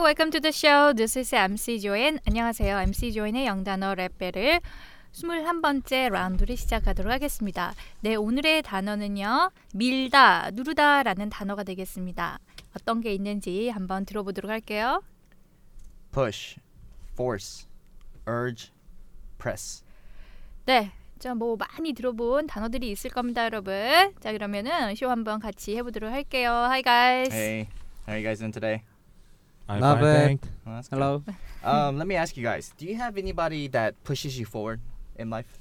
welcome to the show. This is MC 조엔. 안녕하세요. MC 조엔의 영단어 랩벨을 21번째 라운드를 시작하도록 하겠습니다. 네, 오늘의 단어는요. 밀다, 누르다라는 단어가 되겠습니다. 어떤 게 있는지 한번 들어보도록 할게요. push, force, urge, press. 네. 자, 뭐 많이 들어본 단어들이 있을 겁니다, 여러분. 자, 그러면은 쇼 한번 같이 해 보도록 할게요. Hi guys. Hey, how are you guys doing today? I'm Not fine, bad. thank- Well, that's good. Hello. Um, let me ask you guys: Do you have anybody that pushes you forward in life?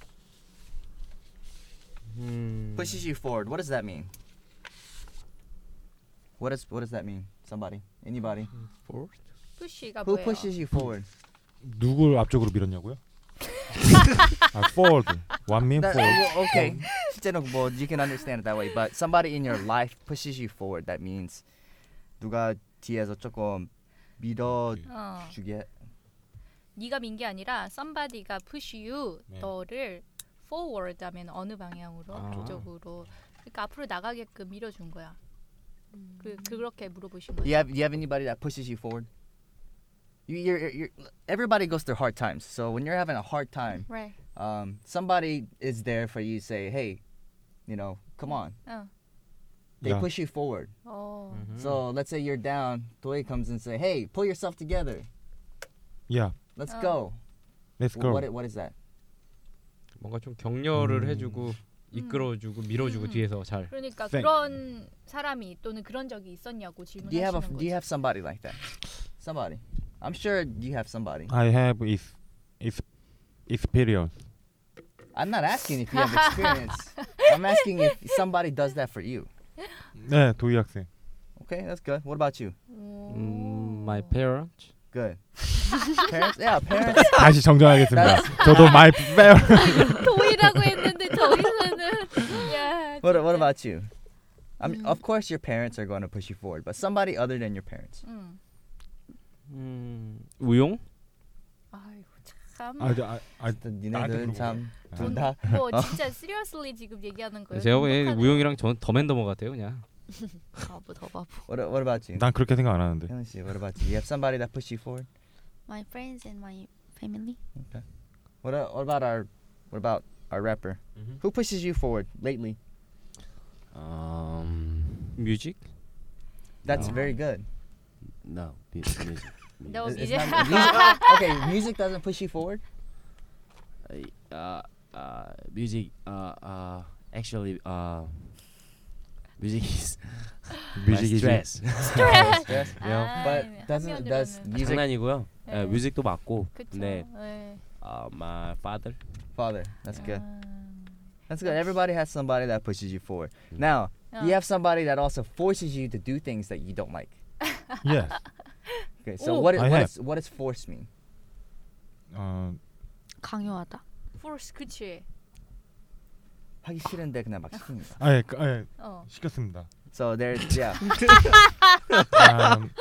Pushes you forward. What does that mean? What is what does that mean? Somebody, anybody 푸쉬가 who 뭐예요? pushes you forward? 누굴 앞쪽으로 밀었냐고요? 아, forward. One man That, forward. well, okay, 실제로 뭐 you can understand it that way. But somebody in your life pushes you forward. That means 누가 뒤에서 조금 밀어주게. 어. 네가 민 게 아니라 somebody가 push you 네. 너를 forward 하면 어느 방향으로 아. 그쪽으로 그러니까 앞으로 나가게끔 밀어준 거야. 음. 그 그렇게 물어보신 Do 거예요. you have you have anybody that pushes you forward? You you're, you're, everybody goes through hard times. So when you're having a hard time, Right. um, somebody is there for you. Say, hey, you know, come on. 어. They Yeah. push you forward. 어. 음. So let's say you're down. Doi comes and say, hey, pull yourself together. Yeah, Let's Oh. go. let's Wh- go. What i- what is that? 뭔가 좀 격려를 음. 해주고 이끌어주고 밀어주고 음. 뒤에서 잘. 그러니까 Thank- 그런 사람이 또는 그런 적이 있었냐고 Do you 질문하시는 have a 거죠. do you have somebody like that? Somebody. I'm sure you have somebody. I have is is experience. I'm not asking if you have experience. I'm asking if somebody does that for you. 네, 도희 학생. Okay, that's good. What about you? 오. 음, my parents. Good. parents? Yeah, parents. 다시 정정하겠습니다. 저도 my parents. 도이라고 했는데 저기서는 야. What, what about you? I mean, of course, your parents are going to push you forward, but somebody other than your parents. 음. 음, 우용. 아이고 참. 아, 저, 아, 아, 또 니네들은 물어보네. 참 돈- 둘다 뭐 진짜 seriously 지금 얘기하는 거예요. 제가 보기엔 똑똑하네. 우용이랑 저는 더맨더머 같아요 그냥. 바보 더 바보. What, what about you? 난 그렇게 생각 안 하는데. 혜원 씨, what about you? You have somebody that pushed you forward? My friends and my family. What, a- what about our what about our rapper? Who pushes you forward lately? Um, 뮤직. That's No. very good. no, mu- music. No. 네, It's- it's Oh, music. not- music- okay, music doesn't push you forward. music. Uh, uh, music. Uh, uh, actually, uh, music is Music my is stress. 스트레스. Yes, 네, 아, but doesn't 한명 does 들었는데. music 장난이고요. 예, 네. 뮤직도 맞고. 그쵸. 근데 네. uh, my father. father? That's good. 아. That's good. Everybody has somebody that pushes you forward. Now you 어. have somebody that also forces you to do things that you don't like. Yes. Okay, so Oh. what i- I what have. is what does force mean? 어, 강요하다. force 그치. 하기 싫은데 그냥 막 시킵니다. 아, 예, 그- 아, 예, 어. 시켰습니다. So there's yeah. Um,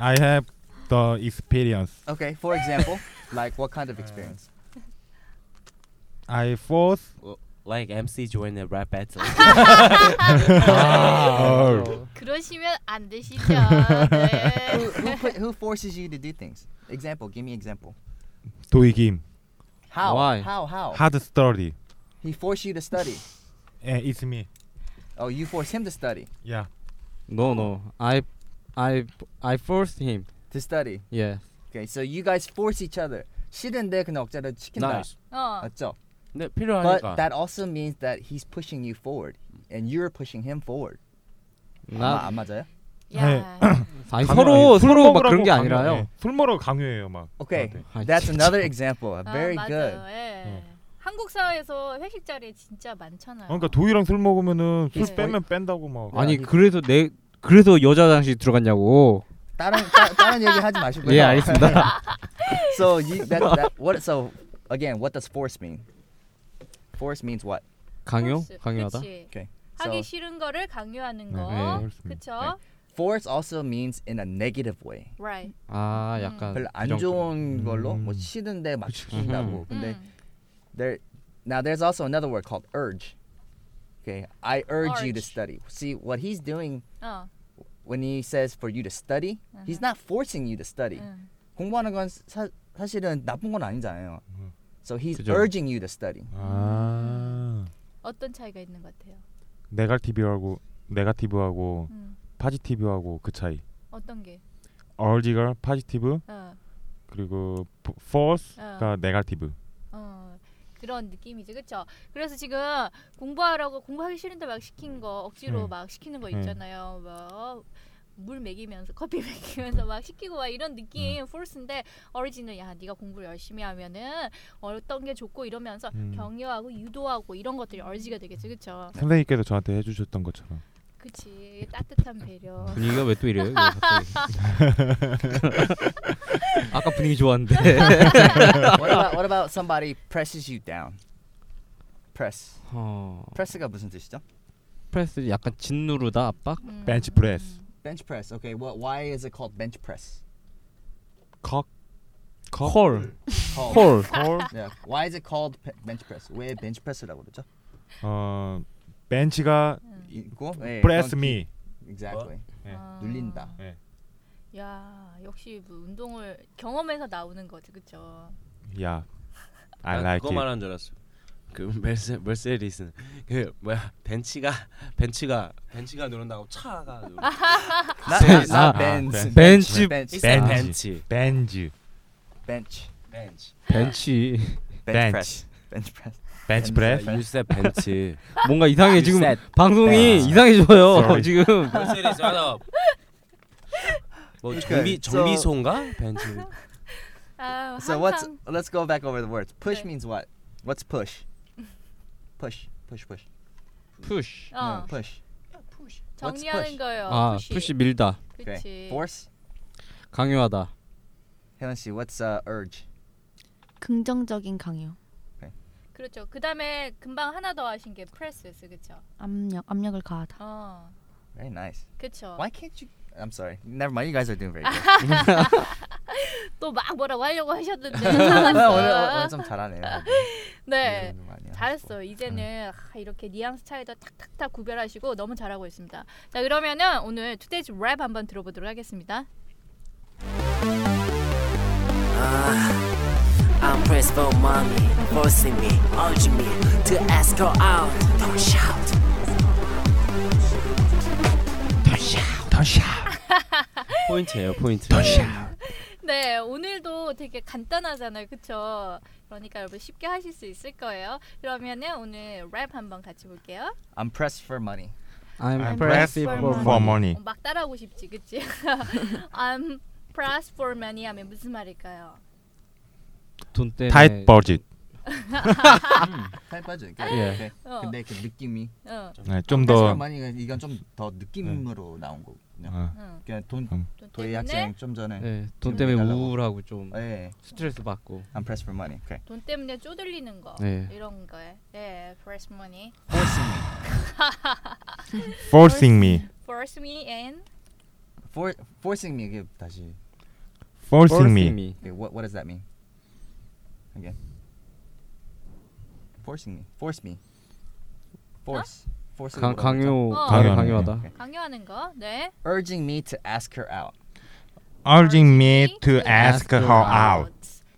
I have the experience. Okay, for example, like what kind of experience? I force. Like MC joined the rap battle. 아. 어, 그러시면 안 되시죠. 네. who, who, put, who forces you to do things? Example, give me example. 도희 김. How? Why? How? How? Hard study. He forced you to study. 예, it's me. Oh, you forced him to study. Yeah. No no. I I I forced him. To study. Yeah. Okay, so you guys force each other. 싫은데 그냥 억지로 시킨다. nice. 어. 맞죠? 근데 But 네, 필요하니까. that also means that he's pushing you forward, and you're pushing him forward. 아, 나 안 맞아요? 네. 야. 아니, 강요- 서로 예, 술 서로 막 먹으라고 그런 게 강요- 아니라요. 네. 예, 술 먹으러 강요해요 막. Okay, 저한테. 아, that's 진짜. another example. Very 아, good. 맞아요. 예. 예. 한국 사회에서 회식 자리 진짜 많잖아요. 아, 그러니까 도희랑 술 먹으면은 술 예. 빼면 뺀다고 막. 아니 그래서 내 그래서 여자 장실 들어갔냐고. 다른 따, 다른 얘기 하지 마시고요. 예 알겠습니다. so you that, that what so again what does force mean? Force means what? 강요? force. 강요하다. 그치. Okay. 하기 So 싫은 거를 강요하는 네. 거. 네, 그렇습니다. 그쵸? force also means in a negative way. Right. 아 음. 약간 별로 안 부정적으로. 좋은 걸로 뭐 음. 싫은데 막 시킨다고. 음. 근데 음. there now there's also another word called urge. Okay, I urge you to Urge. study. See what he's doing 어. when he says for you to study, he's not forcing you to study. 응. 공부하는 건 사, 사실은 나쁜 건 아니잖아요. 음. So he's 그죠. urging you to study. 아 어떤 차이가 있는 것 같아요? 네가티브하고 네가티브하고 음. 파지티브하고 그 차이. 어떤 게? 얼지가 파지티브 어, 그리고 force가 네가티브. 어, 그런 느낌이지, 그렇죠? 그래서 지금 공부하라고 공부하기 싫은데 막 시킨 거 억지로 음. 막 시키는 거 음. 있잖아요. 뭐, 막물 먹이면서 커피 먹이면서 막 시키고 막 이런 음. 느낌 force인데 어리지는 야 네가 공부를 열심히 하면은 어떤 게 좋고 이러면서 음. 격려하고 유도하고 이런 것들이 얼지가 되겠지, 그렇죠? 선생님께서 저한테 해주셨던 것처럼. 그치 따뜻한 배려. 음, 분위기가 왜 또 이래요? 이거 갑자기. 아까 분위기 좋았는데. what about what about somebody presses you down? Press. 어, Press가 무슨 뜻이죠? 프레스 약간 짓누르다 압박. 음, 벤치 프레스. Bench press. Okay. What? Why is it called bench press? 컥. 컥. 콜. Called- 콜. 콜. Yeah. Why is it called pe- bench press? 왜 bench press라고 그러죠? 어 벤치가 있고. 예, press 그런 me. Exactly. 예. 아. 눌린다. 예. 야 역시 뭐 운동을 경험에서 나오는 거지 그쵸 야. 아, I like 아, 그거 it. 말한 줄 알았어. 그 메르세 메르세디스는 그 뭐야 벤치가 벤치가 벤치가 누른다고 차가 누르. 아. Not, not, 아, not bench. 벤치. Bench. It's a 벤치. 벤치. 벤지. Bench. 벤치. 벤치. Bench Bench. press. Bench press. 벤치 프레스. You said 벤치. 뭔가 이상해 지금 Reset. 방송이 아. 이상해져요 Sorry. 지금. 메르세디스 하나. 뭐 정비 Okay, so- 정비소인가 벤치. 아 So 항상 what's? Let's go back over the words. Push 네. means what? What's push? Push. Push. Push. 푸쉬. 어, Yeah, 음, push. 정리하는 push? 거예요 아 푸시 푸쉬 밀다. 그치 Force. 강요하다. 혜원 씨, what's uh, urge? 긍정적인 강요. 그렇죠 그 다음에 금방 하나 더 하신 게 프레스였어 그쵸 압력 압력을 가하다. 어 Very nice. 그쵸 Why can't you? I'm sorry. Never mind. You guys are doing very good. 또 막 뭐라고 하려고 하셨는데 오늘 오늘 참았어. 오늘 좀 잘하네요. 네 오늘 많이 잘했어 음. 이제는 아, 이렇게 뉘앙스 차이도 탁탁탁 구별하시고 너무 잘하고 있습니다 자 그러면은 오늘 투데이즈 랩 한번 들어보도록 하겠습니다 I'm pressed for mommy, forcing me, urging me to ask her out. Don't shout. 포인트예요 포인트. 네, 오늘도 되게 간단하잖아요. 그쵸? 그러니까 여러분 쉽게 하실 수 있을 거예요. 그러면은 오늘 랩 한번 같이 볼게요. I'm pressed for money. I'm, I'm pressed pressed for for money. money. 어, 막 따라하고 싶지, 그치? I'm pressed for money 하면 무슨 말일까요? 돈 때문에. tight budget. 살 빠져. 예. 예. 어, 근데 그 느낌이 어, pressed 네, for 좀더 money 이건 좀 더 느낌으로 나온 거군요. 어, 응. 그냥 돈 돈 도희 때문에 학생 좀 전에. 예. 네, 돈 때문에 음. 해달라고. 우울하고 좀 스트레스 받고. I'm pressed for money. Okay. 돈 때문에 쪼들리는 거 네. 이런 거에 네, press money, Forcing me. forcing me. force me in For forcing me. 이게 다시. forcing me. Okay. What what does that mean? Again. Forcing me. Force me. Force. Force. 강, 강요 어. 강요 강요하는 강요하다. 강요하는 거. 네. urging me to ask her out. urging me to ask ask her her out.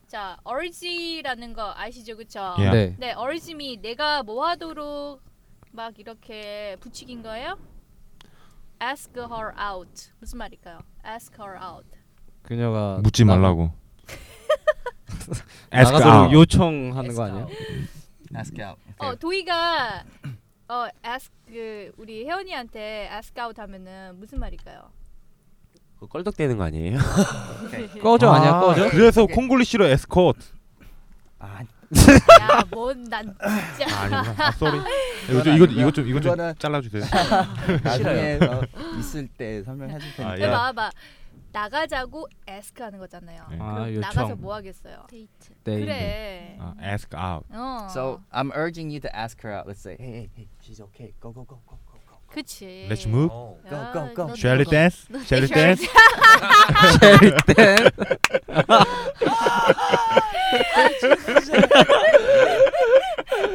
자, urge라는 거 아시죠, 그쵸? 예. 네. 네, 어리즘이 내가 뭐 하도록 막 이렇게 부추긴 거예요? Ask her out. 무슨 말일까요? Ask her out. 그녀가 묻지 나- 말라고. ask 나가서 out. 요청하는 Ask 거 아니야? out. Ask out. 네. 어, 도희가 어, ask 그 우리 혜원이한테 ask out 하면은 무슨 말일까요? 그 껄떡대는 거 아니에요? 꺼져 아니야 꺼져? 그래서 콩글리시로 에스코트. 아, 야, 뭔난 진짜. 아니구나. 아, sorry. 그건 이거 좀 이거 아니고요. 이거 좀 이거 좀 그거는- 잘라 주세요. Ah, 나중에 어, 있을 때 설명해 줄 테니까. 아, 예. 네, 봐 봐. 나가자고 ask 하는 거잖아요. 네. 아 그럼 요청. 나가서 뭐 하겠어요? 데이트. 네, 네. 그래. 아, ask out. 어. So I'm urging you to ask her out. Let's say, hey, hey, hey, she's okay. Go, go, go, go, go, go. 그치. Let's move. 어. 야, Go, go, go. 너 Shall we dance? 어. Shall we dance?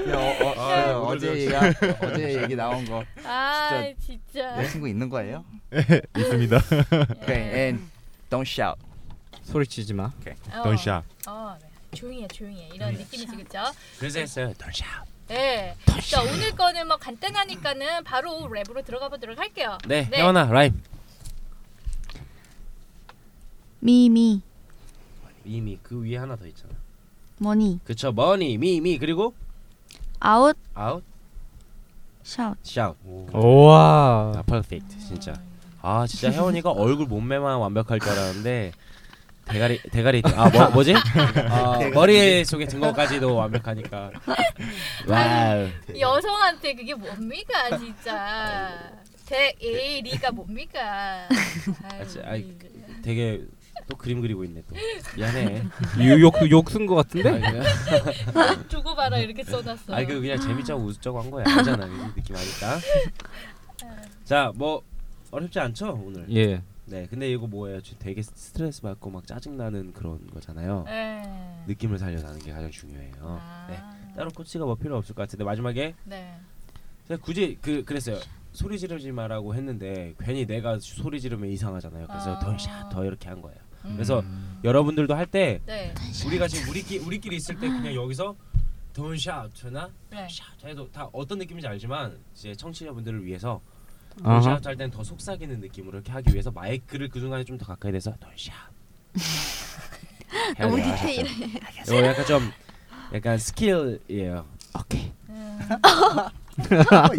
야, 어, 어, 아, 어, 어제 오늘 얘기가 어제 얘기 나온 거. 아 진짜 네? 여자친구 있는 거예요? 있습니다. Okay, and don't shout. 소리치지 마. 던샤. 어, 네. 조용히 해, 조용히 해. 이런 네. 느낌이지, 그죠? 그래서 했어요. 던샤. 네. 자, 오늘 거는 뭐 간단하니까는 바로 랩으로 들어가 보도록 할게요. 네, 네. 혜원아 라임. 미미 미미 그 위에 하나 더 있잖아. 머니 그쵸 머니 미미 그리고 아웃 아웃 샤웃 샤웃. 우와. 아 퍼펙트 진짜. 아 진짜 혜원이가 얼굴 몸매만 완벽할 줄 알았는데 대가리 대가리 아 뭐, 뭐지? 아, 머리 아. 속에 든 것까지도 완벽하니까. 와우. 여성한테 그게 뭡니까, 진짜. 대에리가 뭡니까? 아유, 네. 아, 진짜, 아이, 되게 또 그림 그리고 있네 또. 미안해. 욕욕쓴거 같은데? 아이, 그- 두고 봐라 이렇게 써놨어. 네. 아이 그 그냥 재밌자고 웃자고 한 거야. 알잖아 이 느낌 아니까. 자뭐 어렵지 않죠 오늘. 예. 네 근데 이거 뭐예요? 지금 되게 스트레스 받고 막 짜증 나는 그런 거잖아요. 네. 아. 느낌을 살려가는 게 가장 중요해요. 네. 따로 코치가 뭐 필요 없을 것 같은데 마지막에 네. 제가 굳이 그 그랬어요. 소리 지르지 마라고 했는데 괜히 내가 소리 지르면 이상하잖아요. 그래서 아. 더샤더 이렇게 한 거예요. 음. 그래서 여러분들도 할 때 네. 우리가 지금 우리끼 우리끼리 있을 때 그냥 여기서 돈샷 하나 네. 샷 해도 다 어떤 느낌인지 알지만 이제 청취자분들을 위해서 아하. 돈샷 할 때는 더 속삭이는 느낌으로 이렇게 하기 위해서 마이크를 그 순간에 좀 더 가까이 대서 돈샷 너무 이거 어, 약간 좀 약간 스킬이에요 오케이 음.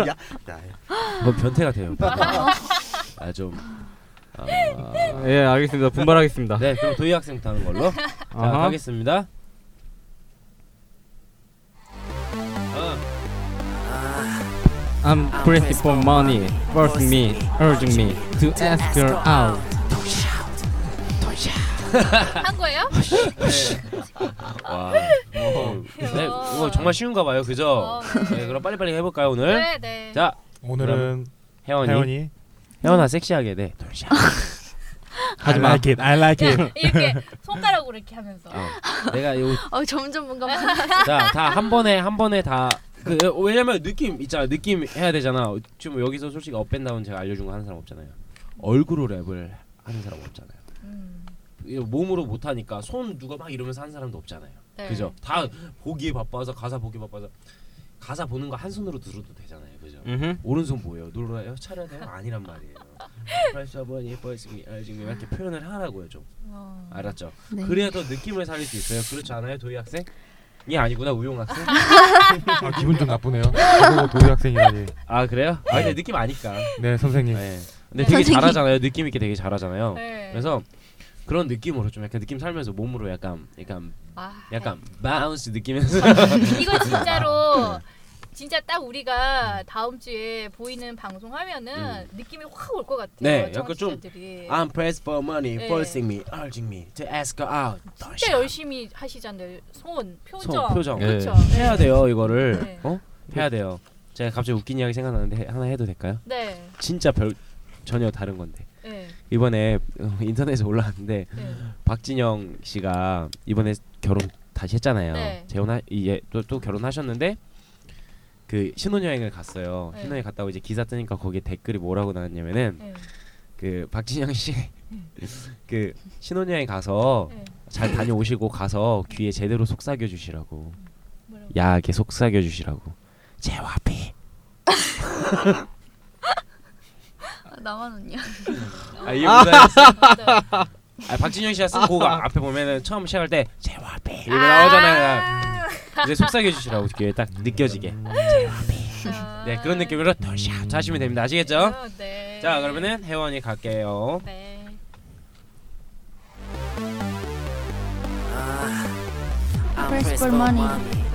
야, 뭐 변태 같아요 아좀 아, 예, 알겠습니다. 분발하겠습니다. 네 그럼 도희 학생 타는 걸로 자 아하. 가겠습니다 어, I'm pressed for money. Force me, urging me to ask her out. 한 거예요? 네. 와 뭐, 네, 뭐 정말 쉬운가 봐요 그죠 어, 네. 네 그럼 빨리빨리 해볼까요 오늘 어. 네, 네. 자 오늘은 혜원이 혜원이. 혜원아 섹시하게 네 돌샤 I 마. like it. I like it. 그냥 이렇게 손가락으로 이렇게 하면서. 어, 내가 요 어 점점 뭔가 자다 한 번에 한 번에 다 그 왜냐면 느낌 있잖아 느낌 해야 되잖아 지금 뭐 여기서 솔직히 업앤다운 제가 알려준 거 하는 사람 없잖아요 얼굴로 랩을 하는 사람 없잖아요 음. 이거 몸으로 못 하니까 손 누가 막 이러면서 하는 사람도 없잖아요 네. 그죠 다 보기에 바빠서 가사 보기 바빠서 가사 보는 거 한 손으로 들어도 되잖아요 그죠 음. 오른손 뭐예요 놀라요 차려야 돼요 아니란 말이에요 뭐, 벌써 뭐니 벌써 뭐니 아, 이렇게 표현을 하라고요 좀 어. 알았죠 네. 그래야 더 느낌을 살릴 수 있어요. 그렇지 않아요, 도희 학생? 예 아니구나, 우용 학생. 아, 기분 좀 나쁘네요. 저보고 도희 학생이라니. 아 그래요? 아 근데 느낌 아니까. 네 선생님. 네. 네. 근데 되게 선생님. 잘하잖아요. 느낌 있게 되게 잘하잖아요. 네. 그래서 그런 느낌으로 좀 약간 느낌 살면서 몸으로 약간 약간 아, 약간 아, 바운스 느끼면서 네. 이거 진짜로 네. 진짜 딱 우리가 다음 주에 보이는 방송 하면은 느낌이 확 올 것 같아요. 음. 네, 약간 좀- 청취자들이. I'm pressed for money, 네. forcing me, urging me to ask her out. 진짜 열심히 하시잖아요. 손, 표정. 손, 표정. 예. 그렇죠. 해야 돼요 이거를. 네. 어? 해야 돼요. 제가 갑자기 웃긴 이야기 생각나는데 해- 하나 해도 될까요? 네. 진짜 별 전혀 다른 건데 네. 이번에 어, 인터넷에 올라왔는데 네. 박진영 씨가 이번에 결혼 다시 했잖아요. 네. 재혼하 이제 또, 또 결혼하셨는데 그 신혼여행을 갔어요. 네. 신혼여행 갔다고 이제 기사 뜨니까 거기에 댓글이 뭐라고 나왔냐면은 네. 그 박진영 씨 그 신혼여행 가서 네. 잘 다녀오시고 가서 귀에 제대로 속삭여 주시라고 뭐라고? 야하게 속삭여 주시라고 제와비 나만 언니야 아 이게 무슨 맞아요. 아 박진영 씨가 쓴 곡 앞에 보면은 처음 시작할 때 제와비 이거 나오잖아요. 아. 이제 속삭여 주시라고 귀에 딱 느껴지게. 네 그런 느낌으로 더샷 하시면 됩니다 아시겠죠? 아, 네. 자 그러면은 혜원이 갈게요 네. Press for money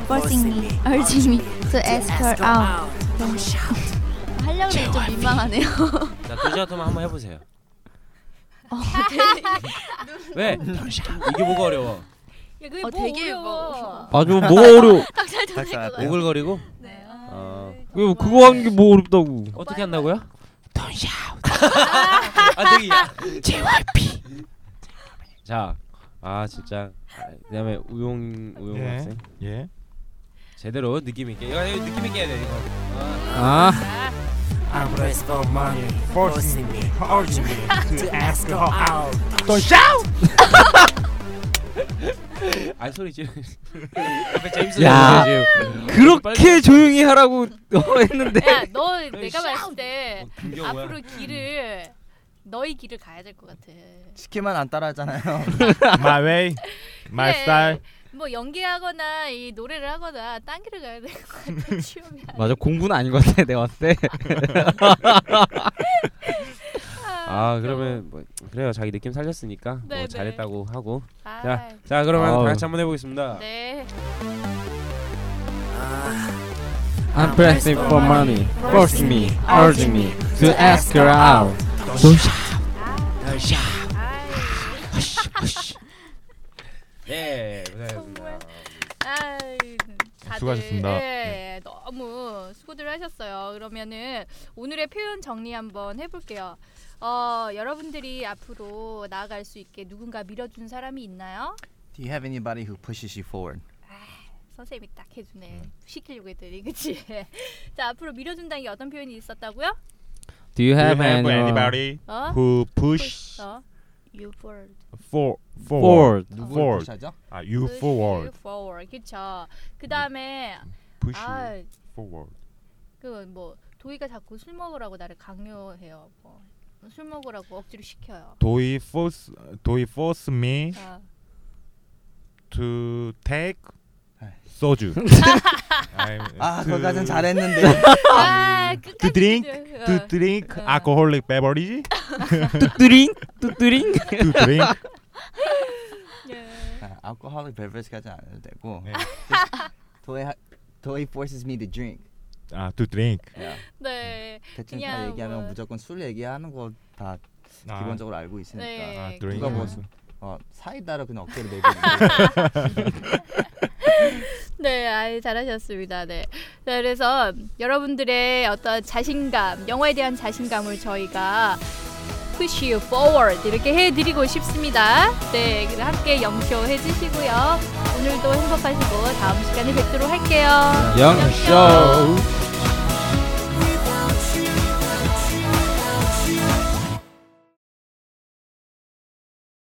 forcing me urging me to ask her out 하려고 했는데 좀 민망하네요 자 도시아토만 한번 해보세요 왜? 이게 뭐가 어려워 야, 그게 어, 뭐 되게 어려워. 아주 뭐가 어려워. 닭살 같아요. 오글거리고? 네. 어. 그거 그거 하는 게 뭐 어렵다고. 어떻게 한다고요? 도시아 아 되게 야 JYP 자아 진짜 아, 그다음에 우용 우용 네. 예. 학생 예. 제대로 느낌 있게 이거 이거 느낌 있게 해야 돼 이거 아. 아, I'm pressed for money, forcing me, urging me to ask her out. 알 아, 소리 지르. 앞에 재밌어. 야. 지금. 그렇게 조용히 하라고 했는데 야, 너 내가 봤을 때 어, 김경호야. 앞으로 길을 너희 길을 가야 될 것 같아. 시키면 안 따라하잖아요. My way, my 그래. style. 뭐 연기하거나 이 노래를 하거나 딴 길을 가야 될 것 같아. 취업이 아니라. 맞아 공부는 아닌 것 같아 내가 봤을 때 아 그러면 뭐, 그래요 자기 느낌 살렸으니까 네, 네. 뭐 잘했다고 하고 아, 자, 자 그러면 아우. 다 같이 한번 해보겠습니다. 네. I'm pressing for money forcing me urging me to ask her out Don't shout 아이, 예 고생하셨습니다. 아이, 다들, 수고하셨습니다. 네. 예, 너무 수고들 하셨어요. 그러면은 오늘의 표현 정리 한번 해볼게요. 어, 여러분들이 앞으로 나아갈 수 있게 누군가 밀어준 사람이 있나요? Do you have anybody who pushes you forward? 선생님이 딱 해주네. 시키려고 했더니 그치? 자 앞으로 밀어준다는 게 어떤 표현이 있었다고요? Do you Do have you have uh, anyone anybody 어? who push push 어? You forward. for forward? forward 누구를 Forward. push하죠? 아, you push forward, forward. 그쵸. 그 다음에 push you 아그 뭐 forward. 그 도희가 자꾸 술 먹으라고 나를 강요해요. 뭐술 먹으라고 억지로 시켜요. Do you force, do you force me 어. to take soju? I'm- 아, to- 거기까진 잘했는데. 아 음. To 그 끝까지 drink, 어. to drink 어. alcoholic beverage, 뚜뚜링 뚜뚜링 to drink. 예. 아, alcoholic beverage까지 안 해도 되고. 네. 도희 하- 도희 forces me to drink. 아, to drink. 네. 대충 다 그냥 얘기하면 뭐- 무조건 술 얘기하는 거 다 아, 기본적으로 알고 있으니까. 네. 아, 누가 drink. 뭐 어, 사이다로 그냥 어깨를 내고 있는 네, 아이 잘하셨습니다. 네. 자, 그래서 여러분들의 어떤 자신감, 영화에 대한 자신감을 저희가 push you forward 이렇게 해드리고 싶습니다. 네, 그럼 함께 영쇼 해주시고요. 오늘도 행복하시고 다음 시간에 뵙도록 할게요. 영쇼